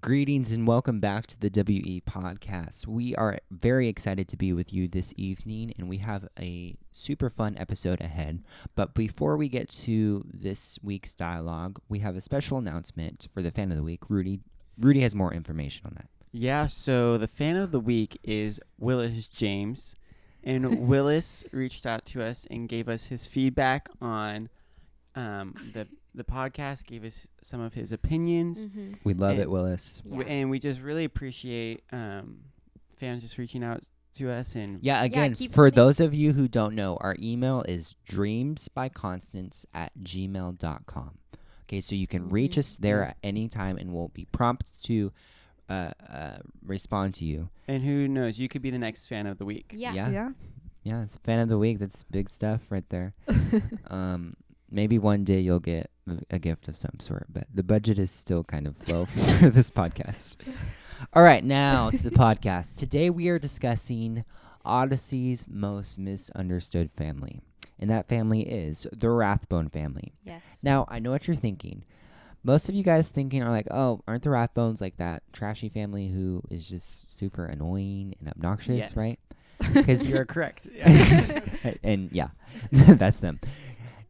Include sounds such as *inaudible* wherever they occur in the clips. Greetings and welcome back to the WE podcast. We are very excited to be with you this evening and we have a super fun episode ahead. But before we get to this week's dialogue, we have a special announcement for the fan of the week. Rudy Rudy has more information on that. Yeah, so the fan of the week is Willis James. And Willis reached out to us and gave us his feedback on um, the the podcast, gave us some of his opinions. Mm-hmm. We love And- it, Willis. W And we just really appreciate um, fans just reaching out to us. And Yeah, again, keep for sending- those of you who don't know, our email is dreamsbyconstance at gmail.com. Okay, so you can reach Mhm. us there Yeah. at any time and we'll be prompt to uh, uh, respond to you. and who knows, you could be the next fan of the week. Yeah. Yeah. Yeah, it's fan of the week. That's big stuff right there. um, maybe one day you'll get a- a gift of some sort, but the budget is still kind of low for *laughs* this podcast. All right, now to the podcast. Today we are discussing Odyssey's most misunderstood family, and that family is the Rathbone family. Yes. *laughs* Now, I know what you're thinking. Most of you guys thinking are like, oh, aren't the Rathbones like that trashy family who is just super annoying and obnoxious, Yes. right? Because You're *laughs* correct. and yeah, *laughs* that's them.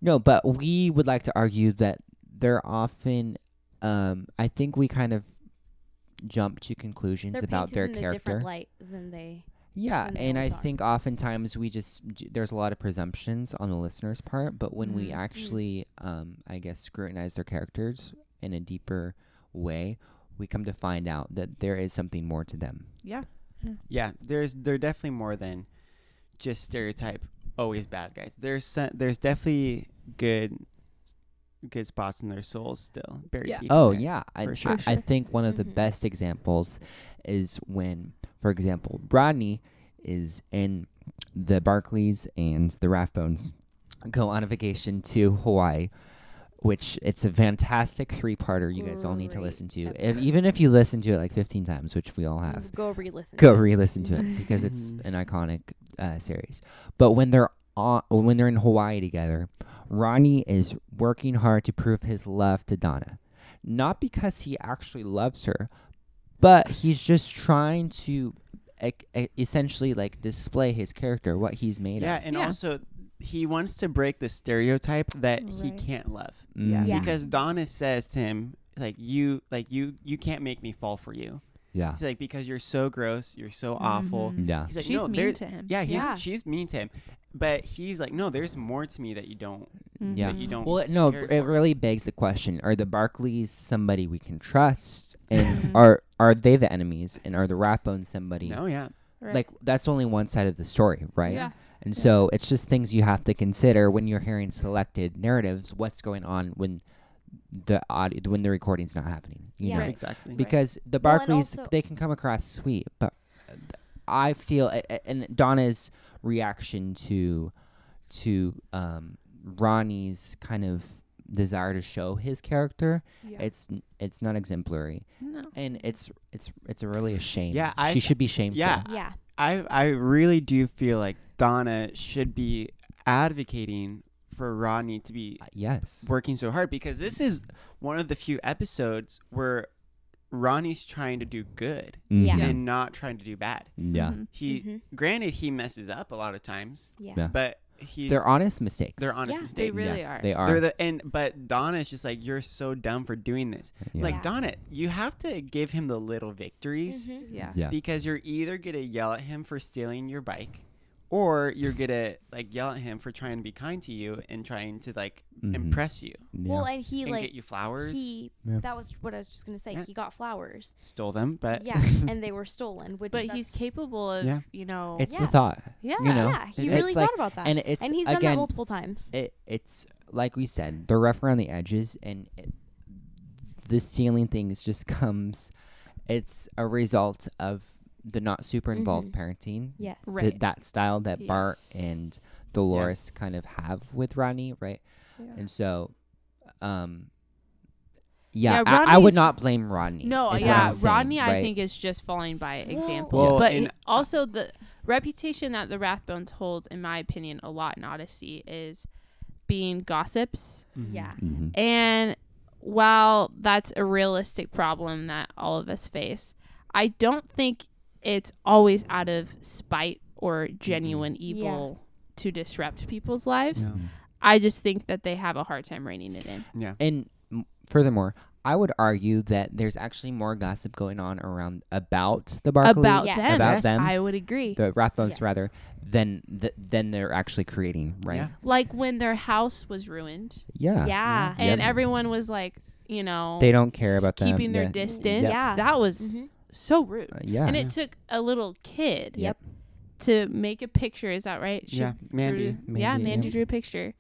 No, but we would like to argue that they're often. Um, I think we kind of jump to conclusions They're about painted their in a character. different light than they. Yeah, than the and I ones are. think oftentimes we just j- there's a lot of presumptions on the listener's part, but when we Mhm. Mm. actually, um, I guess, scrutinize their characters in a deeper way, we come to find out that there is something more to them. Yeah, there's they're definitely more than just stereotype always bad guys. There's so- there's definitely good good spots in their souls still buried Yeah. deep. in Oh there. yeah, I, for I- sure. I, For sure. think one of the Mhm. best examples is when, for example, Rodney is in the Barclays and the Rathbones go on a vacation to Hawaii, which it's a fantastic three-parter. You guys all need to Great listen to, If- episode. even if you listen to it like 15 times, which we all have. Go re-listen. *laughs* Go to it. re-listen to it because *laughs* it's Mhm. an iconic uh, series. But when they're on, when they're in Hawaii together, Ronnie is working hard to prove his love to Donna, not because he actually loves her, but he's just trying to e- e- essentially like display his character, what he's made Yeah, of. and Yeah. also he wants to break the stereotype that he Right. can't love Mm, Yeah. because Donna says to him like you like you you can't make me fall for you. yeah, He's like because you're so gross, you're so awful. yeah. He's like She's no, there- mean to him. yeah, he's Yeah. she's mean to him, but he's like no, there's more to me that you don't Mm-hmm. Yeah. that you don't. Well, it- no, care it for. really begs the question: Are the Barclays somebody we can trust, *laughs* and Mhm. are are they the enemies, and are the Rathbones somebody? no, yeah, Right. like that's only one side of the story, right? Yeah. And so it's just things you have to consider when you're hearing selected narratives. What's going on when the audio, when the recording's not happening? You Yeah. know, Right. exactly. because the Well, and Barclays also- they can come across sweet, but I feel a- a- and Donna's reaction to to um, Ronnie's kind of desire to show his character Yeah. it's n- it's not exemplary no. and it's it's it's really a shame Yeah, I- she should be shameful yeah, Yeah. I I really do feel like Donna should be advocating for Rodney to be yes working so hard because this is one of the few episodes where Ronnie's trying to do good Yeah. Mhm. and not trying to do bad. Yeah. Mhm. He Mhm. granted he messes up a lot of times, Yeah. Yeah. but he's They're honest mistakes. they're honest Yeah. They mistakes. really are. They are. They're the and but Donna's just like you're so dumb for doing this. yeah. Like Yeah. Donna, you have to give him the little victories Mhm. yeah. Yeah. because you're either gonna yell at him for stealing your bike or you're gonna like yell at him for trying to be kind to you and trying to like Mhm. impress you Yeah. Well, and he and like get you flowers he Yeah. that was what I was just gonna say. Yeah. He got flowers. stole them *laughs* but yeah, and they were stolen. Which But that's- he's capable of, Yeah. you know. it's the yeah. thought. yeah. you know, yeah, he and really it's like- thought about that, And it's and he's done that again multiple times. it, it's like we said, they're rough around the edges and it, the stealing things just *laughs* comes it's a result of the not super involved Mm-hmm. parenting. Yes. th- Right. that style that Bart Yes. and Dolores kind of have with Ronnie, right? Yeah. And so um yeah, Yeah, I, I would Rodney's- not blame Rodney. No, is what yeah. I'm saying, Rodney, I right? think, is just falling by Well- example. Well, but and- it- also, the reputation that the Rathbones hold, in my opinion, mm-hmm. a lot in Odyssey is being gossips Yeah. Mhm. and while that's a realistic problem that all of us face, I don't think it's always out of spite or genuine evil to disrupt people's lives. No. I just think that they have a hard time reining it in. Yeah. And m- furthermore, I would argue that there's actually more gossip going on around about the Barkley, About Yeah. them. About them? I would agree. the Rathbones Yes. rather, than th- than they're actually creating, right? like when their house was ruined Yeah. yeah. and Yep. everyone was like, you know, They don't care about them. keeping their yeah. distance. Yep. Yeah. That was Mm-hmm. Mhm. so rude. Uh, yeah. And it took a little kid Yep. to make a picture. Is that right? She Yeah. Mandy. Drew, yeah, Mandy, Mandy yep. drew a picture.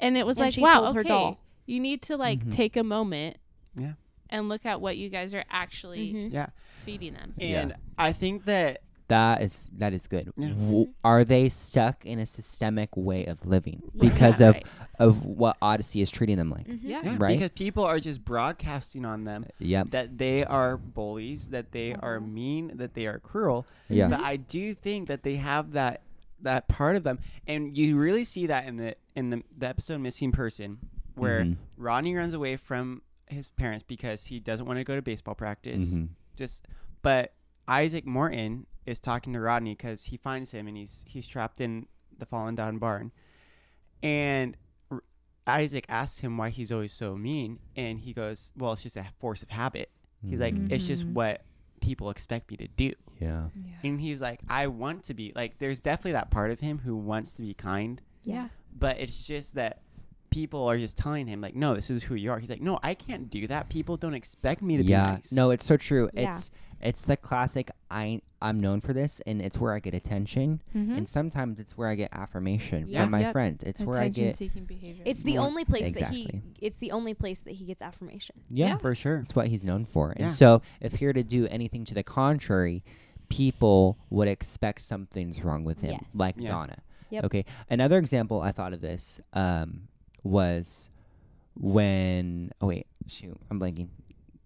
And it was And like, she wow, sold okay. her doll. You need to like Mhm. take a moment Yeah. and look at what you guys are actually Mhm. Yeah. feeding them. Yeah. And I think that That is that is good. Yeah. W- are they stuck in a systemic way of living Yeah. because of Right. of what Odyssey is treating them like? Mhm. Yeah. yeah, Right. because people are just broadcasting on them Yep. that they are bullies, that they are Uh-huh. mean, that they are cruel. Yeah. But I do think that they have that that part of them, and you really see that in the in the, the episode "Missing Person," where Mhm. Rodney runs away from his parents because he doesn't want to go to baseball practice. Mhm. Just, but Isaac Morton is talking to Rodney because he finds him and he's he's trapped in the fallen down barn, and R- Isaac asks him why he's always so mean, and he goes, "Well, it's just a force of habit." He's like, Mhm. "It's just Mhm. what people expect me to do." Yeah. and he's like i want to be like there's definitely that part of him who wants to be kind Yeah. but it's just that people are just telling him like no this is who you are he's like no i can't do that people don't expect me to yeah. be nice No, it's so true. Yeah. It's it's the classic I I'm known for this and it's where I get attention Mhm. and sometimes it's where I get affirmation Mm-hmm. Yeah. from my Yep. friends. It's where I get seeking behavior. It's the More- only place that exactly. he it's the only place that he gets affirmation. yeah. Yeah. for sure It's what he's known for. Yeah. And so if he were to do anything to the contrary, people would expect something's wrong with him, Yes. like Yeah. Donna. Yep. Okay. Another example I thought of this um, was when. Oh, wait. Shoot. I'm blanking.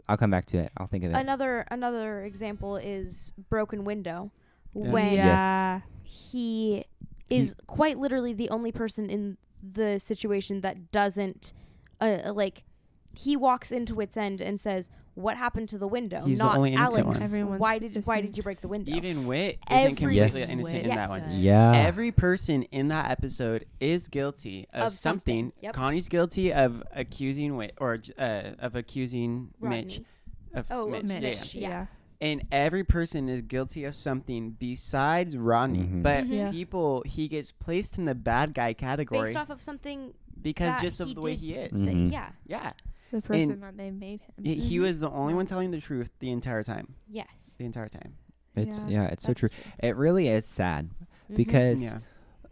I'll come back to it. I'll think of it. Another another example is Broken Window Yeah. when Yes. he is quite literally the only person in the situation that doesn't uh, uh, like he walks into wits end and says what happened to the window He's the not only innocent alex one. Everyone's why did why did you innocent. break the window even wit Every isn't completely Yes. innocent in Wit. that one Yes. yeah. every person in that episode is guilty of, Of something. Yep. connie's guilty of accusing wit or uh, of accusing mitch Rodney. of Oh, mitch. Mitch. Yeah, yeah. Yeah. and every person is guilty of something besides Rodney. Mhm. But Mm-hmm. Mhm. Yeah. people, he gets placed in the bad guy category based off of something because that just of he the way did he is. Mm-hmm. Mm. that- Mhm. yeah Yeah, The person that they made him. He- he Mm-hmm. was the only one telling the truth the entire time. yes The entire time. It's, Yeah, yeah. It's so that's true. It really is sad Mhm. because, Yeah,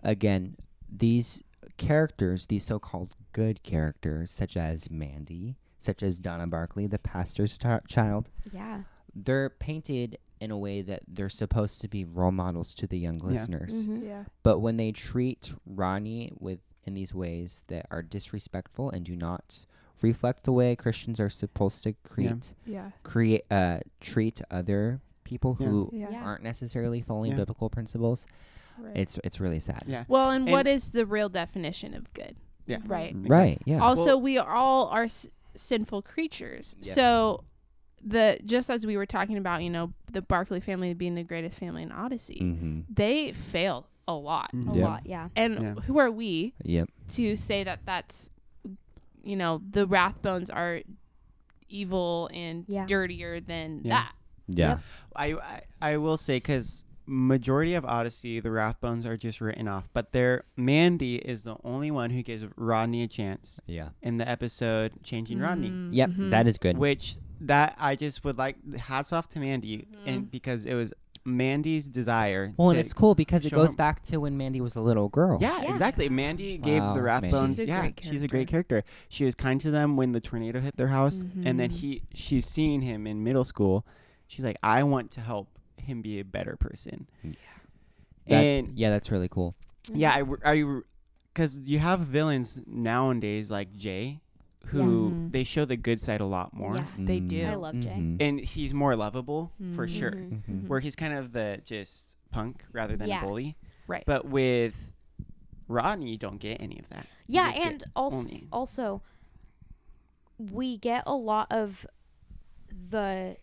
again, these characters, these so called good characters, such as Mandy, such as Donna Barkley, the pastor's ta- child, Mm-hmm. yeah they're painted in a way that they're supposed to be role models to the young listeners. Mhm. Yeah. But when they treat Ronnie with in these ways that are disrespectful and do not reflect the way Christians are supposed to create Yeah. create uh, treat other people Yeah. who Yeah. aren't necessarily following Yeah. biblical principles, Right. it's it's really sad. Yeah. well, and, and- what is the real definition of good? Yeah. Right. Right. Yeah. Also, Well- we all are s- sinful creatures. Yeah. So the just as we were talking about, you know, the Barclay family being the greatest family in Odyssey, mm-hmm. they fail a lot. a Mhm. Yeah. lot yeah And Yeah. who are we Yep. to say that that's you know, the Wrathbones are evil and Yeah. dirtier than Yeah. that. Yeah. Yep. I, I I will say because majority of Odyssey, the Wrathbones are just written off, but their Mandy is the only one who gives Rodney a chance Yeah. in the episode "Changing Rodney." Yep. that is good. Which that I just would like hats off to Mandy and because it was Mandy's desire. well, and to- it's cool because it show goes him- back to when Mandy was a little girl. Yeah, Yeah. exactly. Mandy gave Wow, the Mandy. Rathbones. She's a yeah, great she's a great character. She was kind to them when the tornado hit their house, and then Mhm. he she's seeing him in middle school. She's like, I want to help him be a better person. Yeah. Mm. That- And yeah, that's really cool. yeah, I re- I because you have villains nowadays like Jay, who Mm-hmm. Mhm. they show the good side a lot more, Yeah. They do. Mm-hmm. I love Jay. Mhm. and he's more lovable for Mhm. Mm-hmm. sure. Mhm. Mhm. where he's kind of the just punk rather than Yeah. a bully. Right. But with Rodney, you don't get any of that. You Yeah, just get and also, only. also we get a lot of the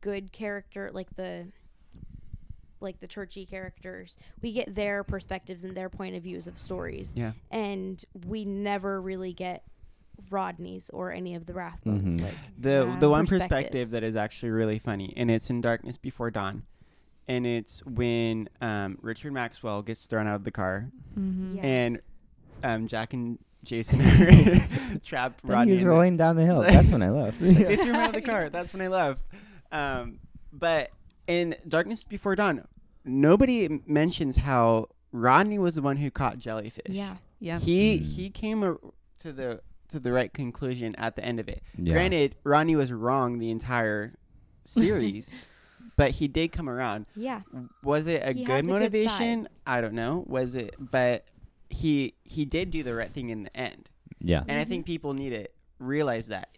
good character like the like the churchy characters we get their perspectives and their point of views of stories Yeah. and we never really get rodney's or any of the rathbones Mhm. like Mm-hmm. The Yeah. the one Perspectives. perspective that is actually really funny, and it's in Darkness Before Dawn, and it's when um, Richard Maxwell gets thrown out of the car, Mm-hmm. Yeah. and um, Jack and Jason are *laughs* trapped. Then he Rodney was in the- rolling down the hill. That's when I left. *laughs* they threw me out of the car. That's when I left. Um, but in Darkness Before Dawn, nobody m- mentions how Rodney was the one who caught jellyfish. Yeah. Yeah. He Mm. he came a, to the to the right conclusion at the end of it. Yeah. Granted, Rodney was wrong the entire *laughs* series, but he did come around. yeah Was it a He has a good good motivation? I don't know. Was it? But he he did do the right thing in the end, Yeah. and I think Mm-hmm. people need to realize that.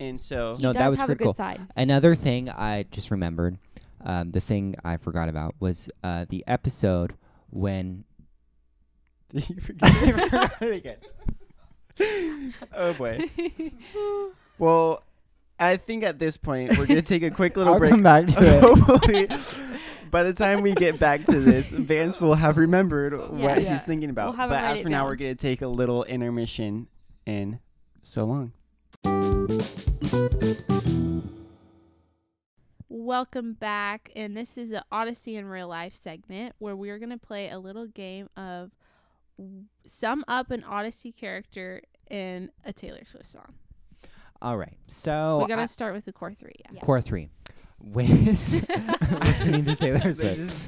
And so he No, does that was have a critical. good side Another thing I just remembered, um, the thing I forgot about was uh, the episode when *laughs* You forget- you forgot it *laughs* again. oh boy. Well, I think at this point we're gonna take a *laughs* quick little I'll break. come back *laughs* to it. Hopefully, by the time we get back to this, Vance will have remembered what Yeah. he's thinking about. We'll have him but write as it for now, down. we're gonna take a little intermission, and *laughs* so long. Welcome back, and this is the Odyssey in Real Life segment where we're going to play a little game of w- sum up an Odyssey character in a Taylor Swift song. *laughs* All right. So We're going Oh, I- to start with the core three. Yeah. Yeah. core three. Ways *laughs* listening to *laughs* Taylor This Swift. is-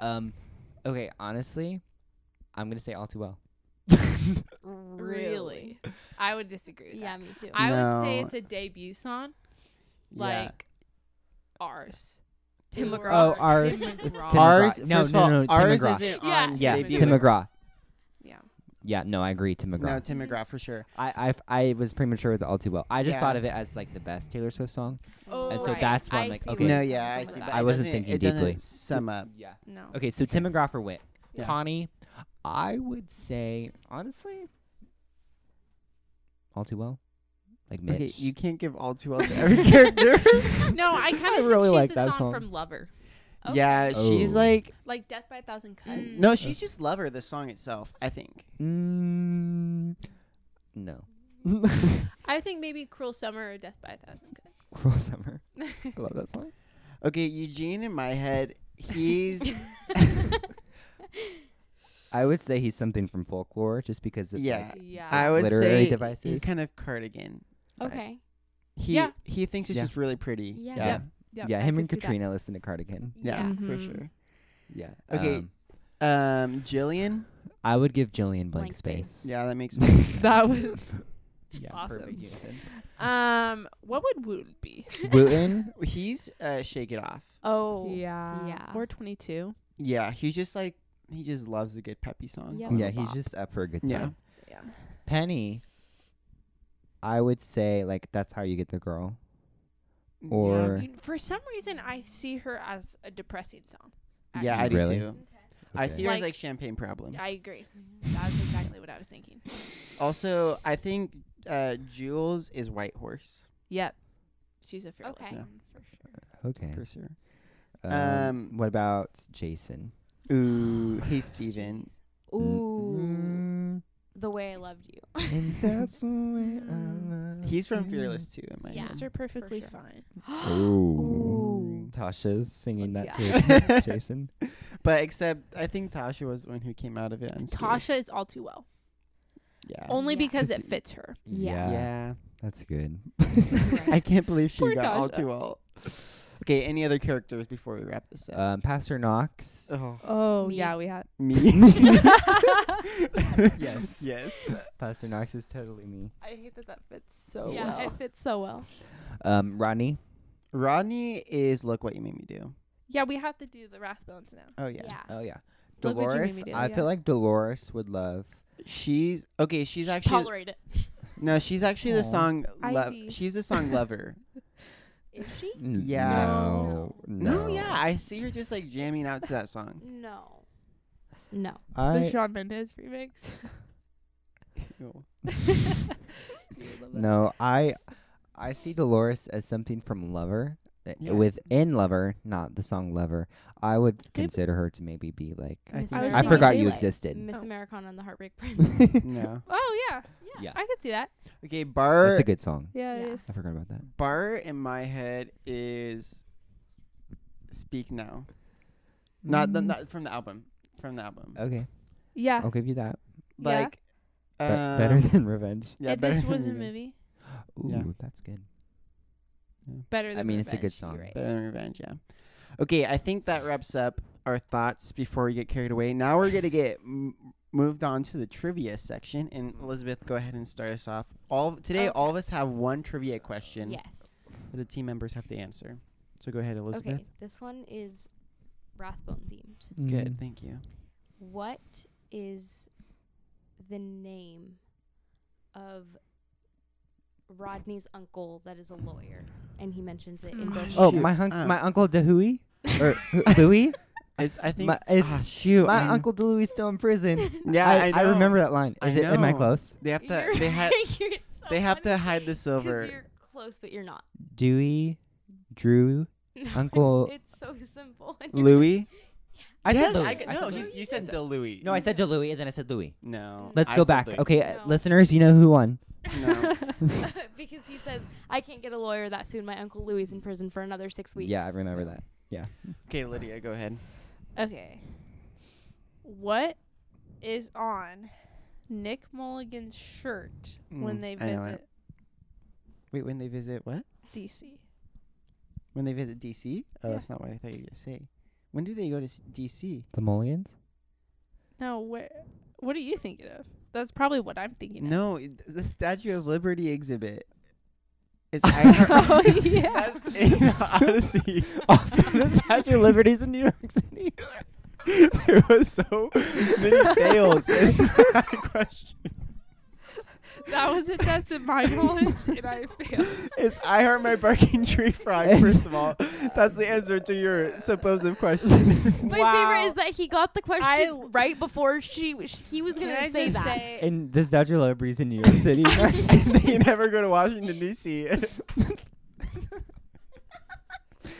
Um, okay, honestly, I'm gonna say all too well. *laughs* Really? I would disagree with yeah that. me *laughs* too I would say No. it's a debut song yeah. like ours. Tim Oh, McGraw. Oh, ours. Tim it's Tim McGraw. McGraw. ours. No, first no, of all, no, Tim ours McGraw. isn't Yeah, on. Yeah, Tim debut. Tim McGraw. Yeah. Yeah, no, I agree, Tim McGraw. No, Tim McGraw for sure. I, I, I was premature with the all too well. I just Yeah. thought of it as like the best Taylor Swift song. Oh, And so right. that's why I'm I like, see okay. where No, you're yeah, I coming see. from but with I it that. wasn't doesn't- thinking it doesn't deeply. Sum up. Yeah. No. Okay, so Tim McGraw for wit. Yeah. Connie, I would say honestly, all too well, like Mitch. Okay, *laughs* you can't give all too well to every *laughs* character. *laughs* No, I kind of really really like a that song, song. from Lover. Yeah, she's Oh. like Like Death by a Thousand Cuts. Mm. no, she's just lover the song itself. I think. Mm, no. *laughs* I think maybe Cruel Summer or Death by a Thousand Cuts. Cruel Summer. *laughs* I love that song. Okay, Eugene in my head, *laughs* he's I would say he's something from folklore, just because of yeah. like, yeah. I it's would literary say devices. he's kind of cardigan. okay He Yeah. he thinks it's Yeah. just really pretty. Yeah. Yeah. yeah, him and Katrina listen to Cardigan. Yeah, Yeah. for Mm-hmm. Mhm. sure. Yeah. Okay. um, Um, Jillian. I would give Jillian blank, Blank space. space. Yeah, that *laughs* makes sense. *laughs* That *laughs* was Yeah, Awesome. perfect unison. um. What would Wound be? Wooten. *laughs* he's uh, shake it off. oh Yeah. Yeah. Or twenty two. Yeah, he's just like he just loves a good peppy song. Yep. A Yeah, little he's bop. just up for a good time. Yeah. Yeah. Penny. I would say like that's how you get the girl. Mm, Or You- for some reason, I see her as a depressing song. yeah, yeah I do Really? too. I Okay. see her as Like- like champagne problems. I agree. That's exactly what I was thinking. also, I think uh, Jules is White Horse Yep. She's a fearless. Okay. Yeah. For sure. okay. for sure. Um, Um, what about Jason? Ooh, hey Steven. ooh Mm, the way i loved you and that's the way I Mm. love He's from you. *gasps* Fearless too, am I? Yeah. Mr. Perfectly sure. Fine. Ooh. Tasha's singing that Yeah. to *laughs* Jason. But except I think Tasha was the one who came out of it. unscathed. Tasha is all too well. Yeah. Only Yeah. because It's- it fits her. Yeah. Yeah. yeah. That's good. I can't believe she Poor got all Tasha. too well. Okay, any other characters before we wrap this up? Um, Pastor Knox. *laughs* oh, Oh Me. yeah, we had. me. Yes. *laughs* Yes. Pastor Knox is totally me. I hate that that fits so yeah well. it fits so well Um, Rodney. Rodney is look what you made me do. Yeah, we have to do the Rathbones now. Oh yeah. Oh yeah. Look what you made me Dolores. do, I yeah. feel like Dolores would love. She's okay. She's actually Tolerate it. no. She's actually the Aw. song. Lo- Ivy. she's the *laughs* song lover. is she N- Yeah. No. no. yeah. I see her just like jamming out to that song. *laughs* no no I *laughs* the Shawn Mendes remix. Ew. *laughs* No, I I see Dolores as something from Lover. uh, Yeah. Within Lover, not the song Lover, I would Maybe- consider her to maybe be like I Miss think- I was I Singing forgot you Daylight. existed. Miss Oh. Americana and the Heartbreak Prince. no. Oh yeah. Yeah. Yeah. I could see that. Okay, *laughs* Bart. That's a good song. Yeah, Yeah. it is. I forgot about that. Bar in my head is Speak Now. Not Mm. the, not from the album. From the album. Okay, Yeah. I'll give you that. yeah. Like Be- um, better *laughs* than Revenge. yeah, if better this than was a Revenge. movie, Uh, Ooh, Yeah. that's good. better than mean, it's a good Revenge, you're song. right. Better than Revenge, yeah. Okay, I think that wraps up our thoughts before we get carried away. Now we're going to get m- moved on to the trivia section. And Elizabeth, go ahead and start us off. All Today, all of us have one trivia question yes. that the team members have to answer. So go ahead, Elizabeth. Okay, this one is Wrathbone themed. Good, Mm. thank you. What is the name of Rodney's uncle that is a lawyer? And he mentions it in both. Oh, Shoot, my hun- um, my uncle Dehui *laughs* or Louis. *laughs* It's, I think My, it's ah, shoot, my I'm- uncle Dewey is still in prison. *laughs* Yeah, I, I, I know. remember that line. I Is it? Am I know. close? They have to. *laughs* You're- They had. you're so They have to funny, hide this 'cause over. You're close, but you're not. Dewey, Drew, No, *laughs* Uncle It's so simple. and you're- Louis. I Yes, said Louis. I, no, he's, you said the Louis. no, I said to Louis, and then I said Louis. No. Let's I go said back. Louis. Okay, No. uh, listeners, you know who won. No. *laughs* because he says, I can't get a lawyer that soon. My uncle Louis is in prison for another six weeks. Yeah, I remember that. Okay, Lydia, go ahead. Okay. What is on Nick Mulligan's shirt Mm, when they I know it. visit Wait, when they visit what? DC? When they visit DC? Oh, Yeah. that's not what I thought you were gonna say. When do they go to s- DC? The Mulligans. No, where? What are you thinking of? That's probably what I'm thinking of. No, it- the Statue of Liberty exhibit. *laughs* It's Oh IR- yeah. *laughs* That's in Odyssey. *laughs* Also, the Statue of Liberty's in New York City. *laughs* there was so many *laughs* fails in that question. *laughs* that was a test of *laughs* my knowledge, and I failed. It's I heart my barking tree frog. First of *laughs* all, that's the answer to your supposed question. *laughs* My Wow. favorite is that he got the question I- right before she, sh he was Can going I to say just that. say And the Statue of Liberty's in New York *laughs* *laughs* City. I say you never go to Washington D.C.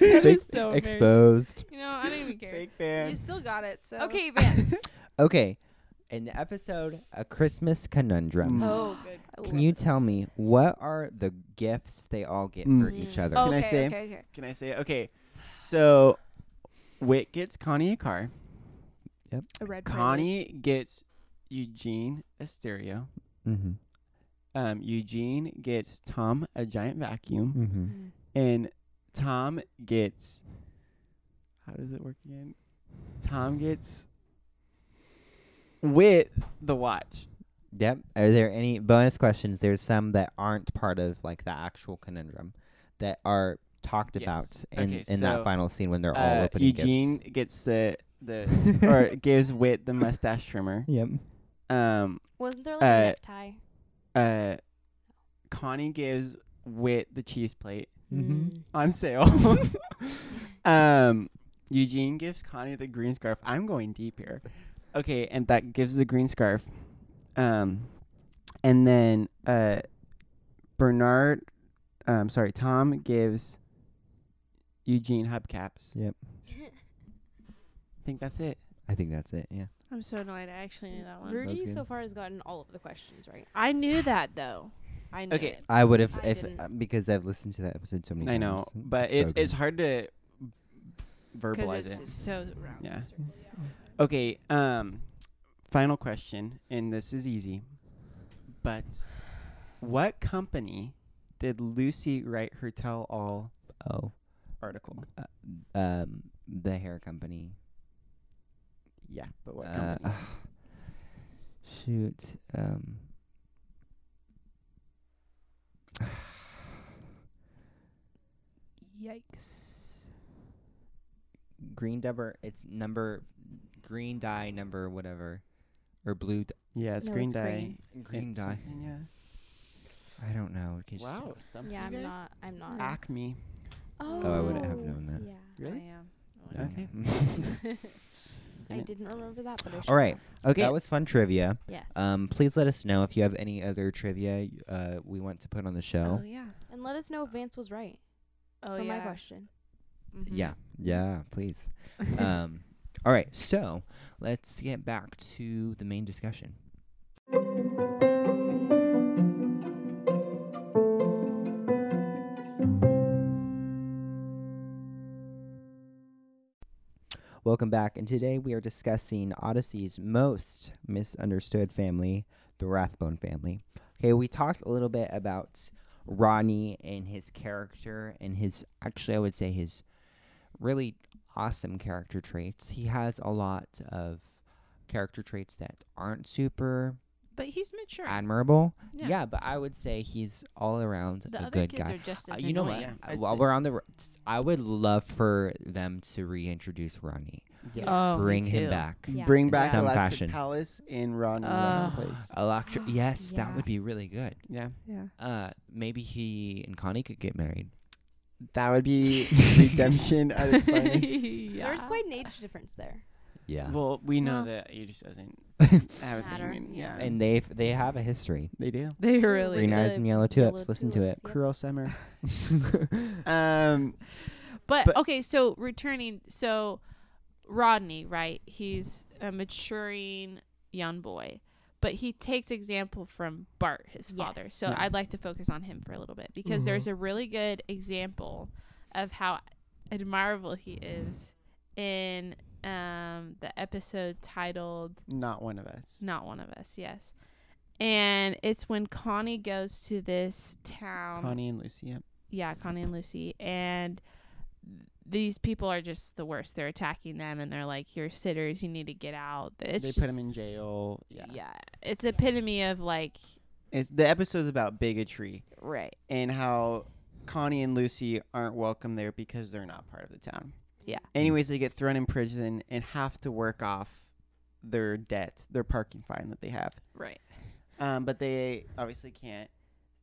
that is so embarrassing. Exposed. You know, I don't even care. Fake fan. You still got it. So okay, *laughs* Vance. Okay, in the episode, a Christmas conundrum. Mm. Oh, good. Can you tell me what are the gifts they all get for Mm. each Mm. other? Okay, Can I say- Okay, okay. Can I say it? Okay, so Wit gets Connie a car. A red Connie gets Eugene a stereo. Mm-hmm. Um, Eugene gets Tom a giant vacuum, Mm-hmm. and Tom gets. How does it work again? Tom gets Wit the watch. Yep. Are there any bonus questions? There's some that aren't part of like the actual conundrum that are talked Yes. about in, Okay, in so, that final scene when they're all Uh, opening *laughs* Eugene gets the the or *laughs* gives Wit the mustache trimmer. gifts. Yep. Um, Wasn't there like Uh, a necktie? uh, Connie gives Wit the cheese plate Mm-hmm. Mm. on sale. um, Eugene gives Connie the green scarf. I'm going deep here. Okay, and that gives the green scarf. Um, and then uh, Bernard, um, sorry, Tom gives Eugene hubcaps. Yep. I think that's it. I think that's it. Yeah. I'm so annoyed. I actually knew that one. Rudy good. so far has gotten all of the questions right. I knew that though. I knew Okay. it. I would have I if didn't. uh, because I've listened to that episode so many I times. know, but so it's good. it's hard to verbalize Because it. it's so round. Yeah. Okay, um final question and this is easy. But what company did Lucy write her tell all oh article? um the hair company. Yeah, but what Uh, company? *sighs* shoot. Um. Yikes. green dubber it's number green dye number whatever or blue d- Yeah, it's No, Green it's Day. green. green It's dye something, Yeah. i don't know Can you just tell- stumped Yeah, I'm you guys? not. I'm not. Ah. Acme. Oh. oh i wouldn't have known that Yeah. *laughs* Really? I am. No. Okay. I in it. didn't remember that, but I should All right. Okay. That was fun trivia. have. Yes. Um, please let us know if you have any other trivia uh, we want to put on the show. Oh, yeah. and let us know if Vance was right for Oh yeah. Mm-hmm. my question. Yeah, yeah, please. um, all right, so let's get back to the main discussion. Welcome back, and today we are discussing Odyssey's most misunderstood family, the Rathbone family. Okay, we talked a little bit about Ronnie and his character and his, actually, I would say his really awesome character traits. He has a lot of character traits that aren't super But he's mature. admirable. Yeah. Yeah, but I would say he's all around the a other good kids guy. are just Uh, as you know what? annoying. Yeah, I'd While say- we're on the, r- I would love for them to reintroduce Ronnie, Yes. Oh, me bring him too. back. Um, Yeah. Bring in back some Electric fashion. Palace in Ron uh, Oh. Place. *laughs* Electro- *gasps* yes, Yeah. that would be really good. Yeah, *laughs* Yeah. Uh, maybe he and Connie could get married. that *laughs* would be redemption at *laughs* its finest. There's quite an age difference there. Yeah, Well, we know Well. that age doesn't *laughs* have a thing. I Matter, mean, yeah. yeah, and they have they have a history. they do. They True. really Green eyes the and yellow yellow tulips. Listen to tulips, it. Yep. Cruel summer. *laughs* um, But, But- okay, so returning, so Rodney, right? He's a maturing young boy, but he takes example from Bart, his father. Yes. So Yeah. I'd like to focus on him for a little bit because there's a really good example of how admirable he is in um, the episode titled not one of us. Not One of Us, yes. And it's when Connie goes to this town Connie and Lucy. Yep. yeah, Connie and Lucy, and these people are just the worst. They're attacking them, and they're like, "You're sitters. You need to get out." It's they just, put him in jail. Yeah. it's the epitome of like It's the episode's about bigotry right. and how Connie and Lucy aren't welcome there because they're not part of the town. Yeah. Anyways, they get thrown in prison and have to work off their debt, their parking fine that they have. Right, Um, but they obviously can't.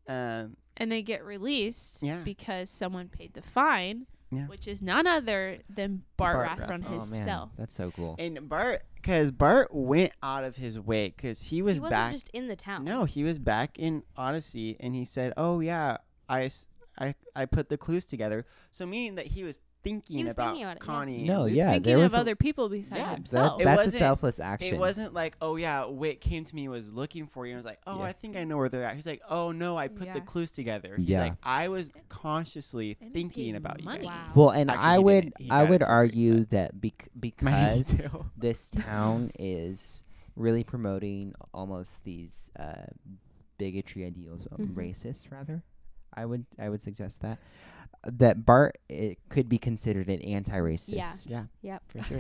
Um, and they get released Yeah. because someone paid the fine, Yeah. which is none other than Bart, Bart Rathbun oh man, himself. that's so cool. and Bart, because Bart went out of his way, because he was he wasn't back. just in the town. No, he was back in Odyssey, and he said, "Oh yeah, I, s- I- I put the clues together." So meaning that he was thinking was about thinking about it, yeah. Connie. and No, Lucy. yeah, there Thinking of was a- other people besides Yeah, that- That, himself. It that's a wasn't- selfless action. It wasn't like, "Oh yeah, Wit came to me was looking for you." And I was like, "Oh, Yeah. I think I know where they're at." He's like, "Oh no, I put Yeah. the clues together." He's Yeah. like, "I was consciously And paid thinking about you." money. guys." Wow. Well, and Actually, I he would didn't. He I got would it for free, argue that bec- *laughs* Mine because too. this town is really promoting almost these uh, bigotry ideals, um, Mm-hmm. Mhm. racist rather. I would I would suggest that that Bart it could be considered an anti-racist. Yeah. yeah, Yep. for sure.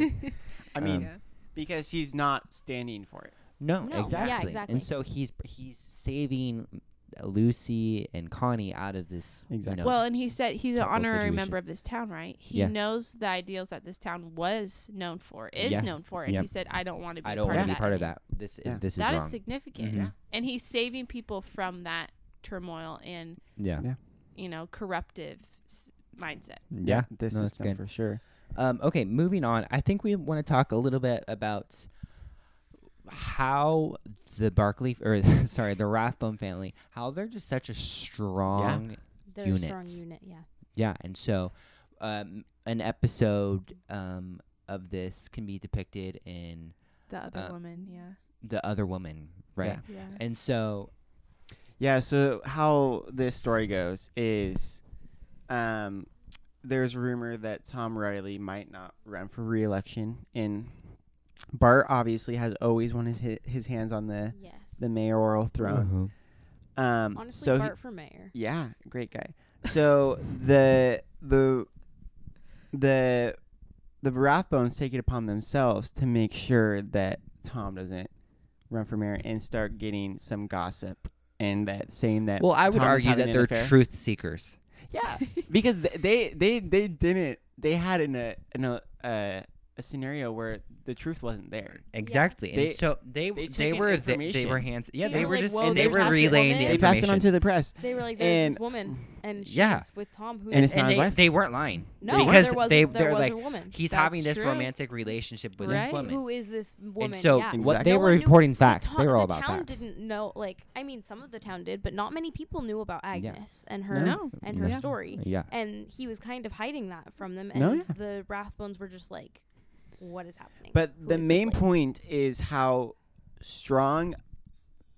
I mean, Um, *laughs* because he's not standing for it. No, No, yeah, exactly. exactly. And so he's he's saving Lucy and Connie out of this. you Exactly. know, Well, and he said he's an terrible honorary situation. member of this town, right? He Yeah. knows the ideals that this town was known for, is Yes. known for, and Yep. he said, "I don't want to be I a don't part want of to be that part of anymore." that. This is Yeah. this is That wrong. is significant, Mhm. and he's saving people from that turmoil and yeah. you know corruptive s- mindset. Yeah. this No, that's system good. for sure. Um, okay, moving on. I think we want to talk a little bit about how the Barclay, or *laughs* sorry, the Rathbone family, how they're just such a strong, yeah, They're a strong Unit. unit. Yeah. and so um, an episode um, of this can be depicted in The other Uh, woman, yeah, the other woman, right? yeah, And so Yeah, so how this story goes is um there's rumor that Tom Riley might not run for re-election and Bart obviously has always wanted his, his hands on the Yes. the mayoral throne. Um Honestly, so he- Bart for mayor. yeah, great guy. So the the the the Rathbones take it upon themselves to make sure that Tom doesn't run for mayor and start getting some gossip and that saying that well, I would Tom is argue having that an they're affair. truth seekers. Yeah, because th- they they they didn't they had in a in a uh, a scenario where the truth wasn't there. Exactly. And They- so they they, they took in were they, they information. were hands. Yeah, They they were were like, just "Whoa, and they there's were this relaying woman." the They passed it on information. to the press. *laughs* They were like, "There's And- this woman." and she's Yeah. with Tom, who And is- it's not and his they, wife? they weren't lying no, because there was they there they're was like a woman he's That's having this true. romantic relationship with Right. this woman. who is this woman. and so what yeah. Exactly. they No were one knew- reporting facts. The they town- were all the about town facts. didn't know. Like, I mean, some of the town did, but not many people knew about Agnes and her No. No. and her Yeah. story. Yeah. And he was kind of hiding that from them. And No, yeah. the Rathbones were just like, "What is happening?" But Who the is this main lady? point is how strong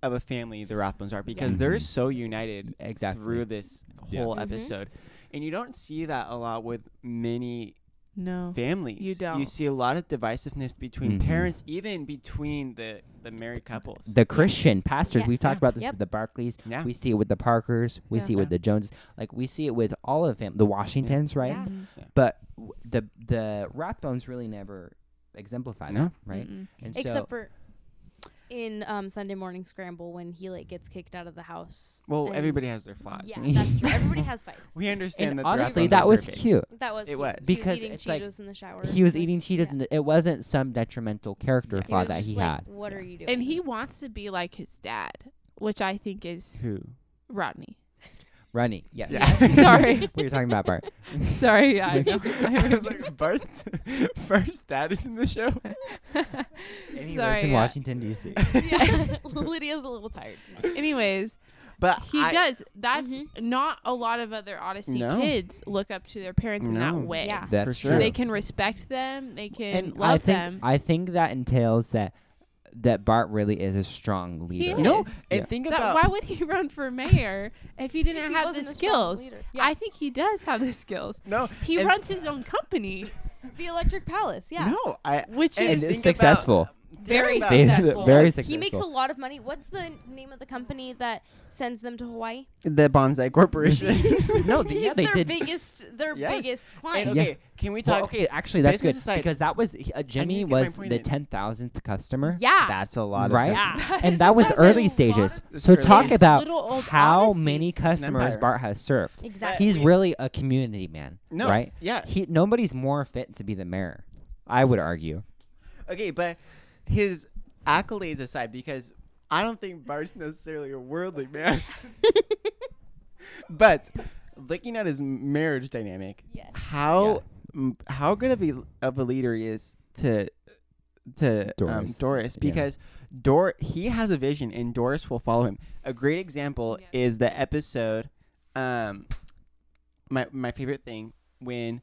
of a family the Rathbones are because they're Mhm. so united Exactly. through this Yeah. whole Mhm. episode. And you don't see that a lot with many No. families. You don't. see a lot of divisiveness between Mhm. parents, even between the, the married couples. the Christian pastors. We've Yes. talked Yeah. about this Yep. with the Barclays. yeah. We see it with the Parkers. We Yeah. see it with the Joneses. Like we see it with all of them. The Washingtons, right? Yeah. Mm-hmm. But w- the the Rathbones really never exemplify No. that, right? Mm-mm. And except so for in um, Sunday morning scramble when he like gets kicked out of the house. well, and- everybody has their flaws. *laughs* Yeah, that's true. Everybody has fights. We understand and that. the honestly, Rathbones that are was perfect. cute. That was It was. cute. Because he was eating it's like- Cheetos in the shower. He was Like, eating Cheetos, yeah. and it wasn't some detrimental character Yeah. It flaw was that just he like, had. What are you doing? And *laughs* he wants to be like his dad, which I think is Who? *laughs* Rodney. Running, yes. Yeah. Yes, sorry. *laughs* what are you talking about, Bart? *laughs* Sorry, I know. *laughs* *laughs* I was like, first, *laughs* first dad is in the show. And he Sorry, lives in yeah. Washington D.C. Yeah. *laughs* Lydia's a little tired. Tonight. Anyways, But he I, does. That's Mhm. not a lot of other Odyssey No. kids look up to their parents in that No. way. Yeah. *laughs* That's For sure. true. They can respect them. They can and love I think them. I think that entails that that Bart really is a strong leader. is. no. Yes. And think That- about why would he *laughs* run for mayor if he didn't If he have the wasn't a strong skills? leader. Yeah. I think he does have the skills. no. He and- runs his own *laughs* company, *laughs* the Electric Palace. Yeah. No, I. which is and is *laughs* think successful. about- think Very about- They- successful. very Yes. successful. He makes a lot of money. What's the name of the company that sends them to Hawaii? The Bonsai *laughs* Corporation. no, th- yeah, He's they their did. biggest, their Yes. biggest And client. Yeah. okay, can we Well, talk? okay, actually, that's Basically, good it's like- because that was he- uh, Jimmy get my was point the in. ten thousandth customer. Yeah. That's a lot, Right? Of Yeah. customers. and that was that's a early lot stages. of- So It's talk early. about Little old how Odyssey. many customers empire. Bart has served. Exactly. He's really a community man, No, right? Yeah. He nobody's more fit to be the mayor. I would argue. Okay, but his accolades aside, because I don't think Bart's necessarily a worldly man. but looking at his marriage dynamic, Yes. how m how good of a of a leader he is to to Doris, Um, Doris yeah. because Dor he has a vision and Doris will follow him. A great example Yeah. is the episode um my my favorite thing when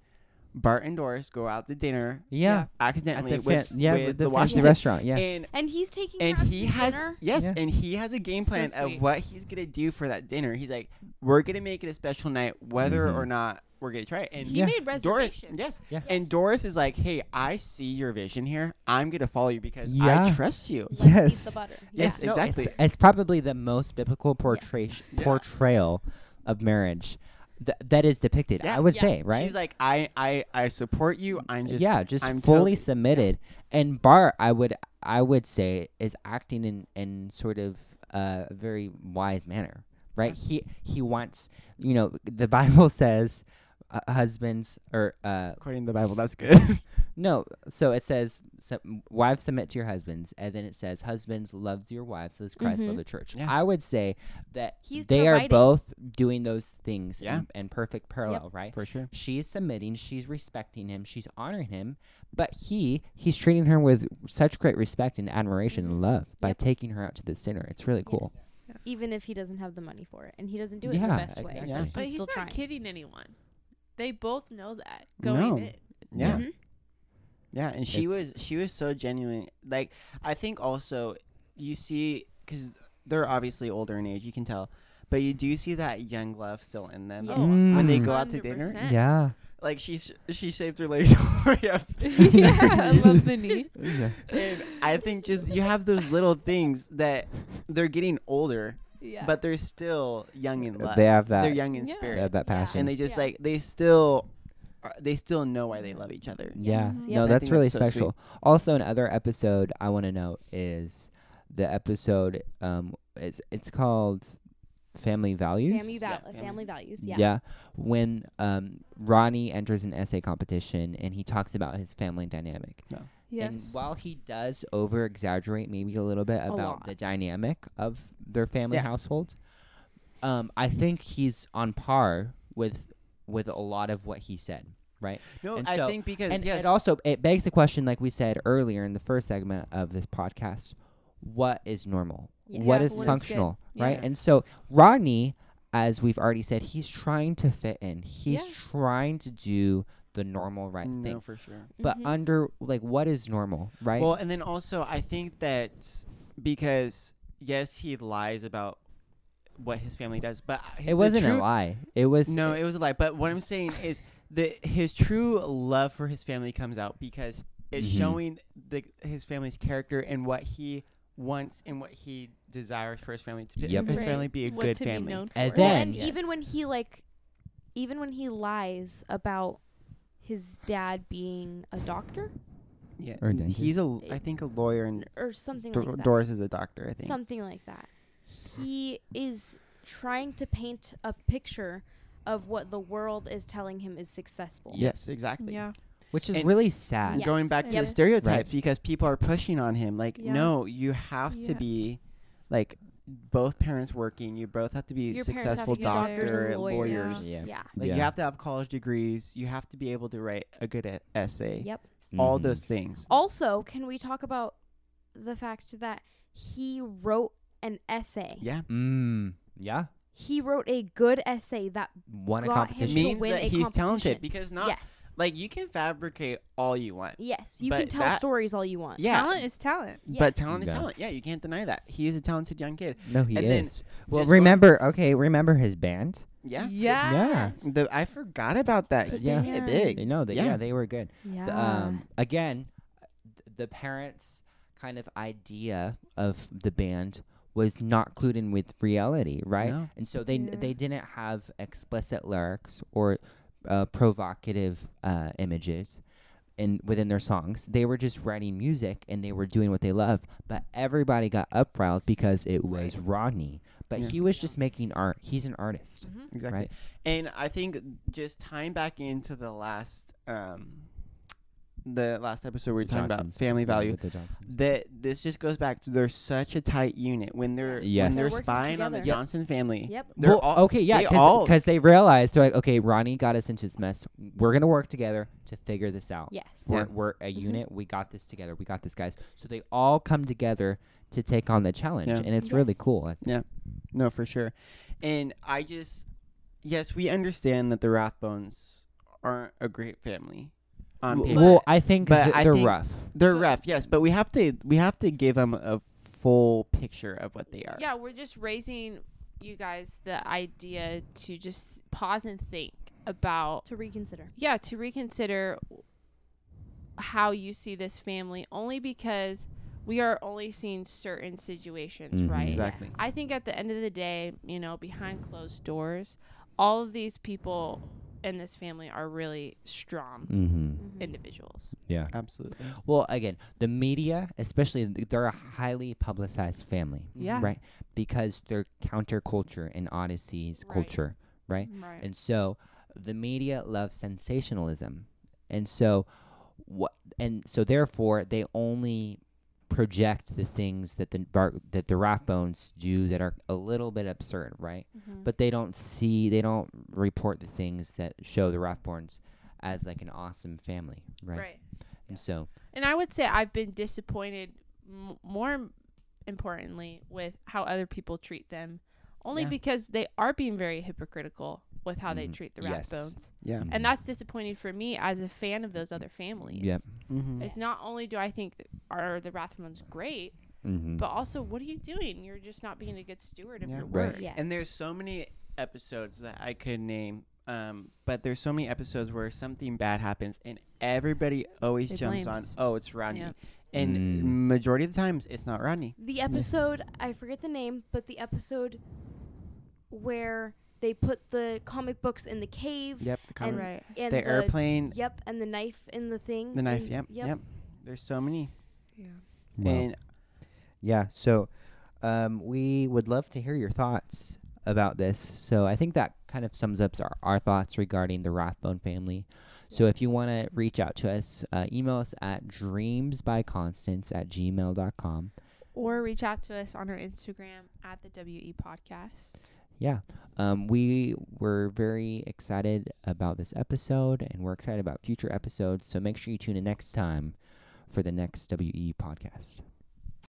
Bart and Doris go out to dinner Yeah, accidentally at the with, fan- yeah with with the, the fancy Washington restaurant. Yeah, and and he's taking. and her out he to has dinner. yes, Yeah. and he has a game So plan of sweet. what he's gonna do for that dinner. He's like, we're gonna make it a special night, whether Mhm. or not we're gonna try it. *laughs* And He Yeah. made Doris, reservations. yes. Yeah. and Yes. Doris is like, hey, I see your vision here. I'm gonna follow you because I Yeah. trust you. Let's eat Yes. the butter. Yes, Yeah. No, it's- exactly. it's, probably the most biblical portray- Yeah. portrayal of marriage th- that is depicted. Yeah. I would Yeah. say, right? Mm, She's like, I, I, I support you. I'm just yeah, just I'm fully totally- submitted. And Bart, I would I would say is acting in in sort of uh, a very wise manner, right? He he wants, you know, the Bible *laughs* says uh, husbands or uh, According to the Bible, that's good. no, so it says sub- wives submit to your husbands, and then it says husbands loves your wives as Christ Mhm. loved the church. Yeah. I would say that He's they are providing. both doing those things Yeah. in, in perfect parallel, right? For sure. She's submitting, she's respecting him, she's honoring him, but he he's treating her with such great respect and admiration and love by Yep. taking her out to this dinner. It's really cool. Yes. Even if he doesn't have the money for it, and he doesn't do it Yeah, the best way. exactly. Yeah. But he's, still not trying. kidding anyone. They both know that going No. in. Yeah. *laughs* Mhm. Yeah, and she It's- was she was so genuine. Like I think also you see because they're obviously older in age, you can tell, but you do see that young love still in them. Yeah. Mm. Oh, Mm. When they go out to dinner, 100%. Yeah. like she sh- she shaved her legs *laughs* all the way up, yeah, I love the knee. and *laughs* I think just you have those little things that they're getting older, Yeah. but they're still young in love. They have They're that young in Yeah. they spirit, have that Yeah. passion. and they just Yeah. like they still are, they still know why they love each other. Yeah. Yes. Yep. No, I that's think really that's so sweet. special. Also, another episode I want to know is the episode. Um, it's it's called Family Values. Yeah, Family, val- family. family values. Yeah. When um Ronnie enters an essay competition and he talks about his family dynamic. yes. And while he does over exaggerate maybe a little bit about lot. the dynamic of their family Yeah. household, Um, I think he's on par with with a lot of what he said, right? No, And I so- think Uh, because And yes, it also it begs the question, like we said earlier in the first segment of this podcast, what is normal? Yeah. What Yeah, is what is good? functional, right? Yeah. And so Rodney, as we've already said, he's trying to fit in. He's Yeah. trying to do the normal right Mm, no, thing, for sure. but Mhm. under like what is normal, right? Well, and then also I think that because yes, he lies about what his family does, but I- it the wasn't true- a lie. It was No, it was a lie. But what I'm saying is that his true love for his family comes out because it's Mhm. showing the his family's character and what he wants and what he desires for his family to be. Yep. His Right. family be a what good to family. be known for. And Well, then- and Yes. even when he like, even when he lies about his dad being a doctor yeah, Or a and he's a l- dentist. I think a lawyer and or something Dor- like that, Doris is a doctor. I think. something like that, he is trying to paint a picture of what the world is telling him is successful. Yes, exactly. yeah. which is and- really sad. Yeah. Going Yes. back to Yep. the stereotypes because people are pushing on him like Yeah. no, you have to Yeah. be like both parents working, you both have to be Your parents have to successful be doctors doctor and and lawyers. lawyers. Yeah. Yeah. Like Yeah. you have to have college degrees. You have to be able to write a good e- essay. Yep. All Mhm. those things. Also, can we talk about the fact that he wrote an essay? Yeah. Mm, yeah. He wrote a good essay that Won a Got him competition. to Means win that a he's talented competition. because not yes, like you can fabricate all you want. yes, you can But tell that- stories all you want. Yeah. Talent is talent. Yes. But talent is Yeah. talent. Yeah, you can't deny that. He is a talented young kid. No, he And then is. Well, just going- remember, okay, remember his band? Yeah. Yeah. Yes. The, I forgot about that. But He's yeah. then, Kinda yeah. They big. know that. Yeah. Yeah. they were good. Yeah. The, Ah. um, again, th- the parents' kind of idea of the band was not clued in with reality, right? No. And so they Yeah. they didn't have explicit lyrics or uh, provocative uh, images. In, within their songs, they were just writing music and they were doing what they love. But everybody got upriled because it was Rodney. But Yeah. he was just making art. He's an artist. Exactly. Right. And I think just tying back into the last um the last episode we were talking about Johnsons, family yeah, value. with the Johnsons. That this just goes back to they're such a tight unit when they're Yes. when they're, They're working spying on the together. Yep. Johnson family. yep. They're well, uh, all- okay, yeah, they all- because they, realized they're like, okay, Ronnie got us into this mess. We're gonna work together to figure this out. Yes. We're, Yeah. we're a unit. We got this together. We got this, guys. So they all come together to take on the challenge, Yeah. and it's really cool. I- No, for sure. And I just, yes, we understand that the Rathbones aren't a great family on paper. Well, I think but th- I they're think- rough. They're rough, yes, but we have to we have to give them a full picture of what they are. Yeah, we're just raising you guys the idea to just pause and think about To reconsider. yeah, to reconsider how you see this family only because we are only seeing certain situations, Mhm. right? Exactly. I think at the end of the day, you know, behind closed doors, all of these people in this family are really strong Mm-hmm. individuals. Yeah. Absolutely. Well, again, the media, especially, th- they're a highly publicized family, Yeah. right? Because they're counterculture in Odyssey's Right. culture, right? Right. And so the media loves sensationalism. And so what and so therefore they only project the things that the bar, that the Rathbones do that are a little bit absurd, right? Mm-hmm. But they don't see they don't report the things that show the Rathborns as like an awesome family, right? right. And so And I would say I've been disappointed m- more im- importantly with how other people treat them, only Yeah. because they are being very hypocritical with how they Mhm. treat the Yes. rat bones. Yeah. Mhm. And that's disappointing for me as a fan of those other families. Yep. Mm-hmm. It's not only do I think that are the Rathbones great, mhm. but also what are you doing? You're just not being a good steward of Yeah. your Right. work. Yes. uh, And there's so many episodes that I could name, um, but there's so many episodes where something bad happens and everybody always They jumps blames. on, oh, it's Rodney. Yep. And Mm. majority of the times, it's not Rodney. The episode I forget the name, but the episode where they put the comic books in the cave Yep. The, comic- And- Right. and the airplane. Yep, and the knife in the thing. The knife. and- Yep. Yep. There's so many. Wow. And Yeah. So um, we would love to hear your thoughts about this. So I think that kind of sums up our, our thoughts regarding the Rathbone family. So if you want to reach out to us, uh, email us at dreamsbyconstance at gmail.com. Or reach out to us on our Instagram at the WE Podcast. yeah. Um, we were very excited about this episode, and we're excited about future episodes. So make sure you tune in next time for the next WE E podcast.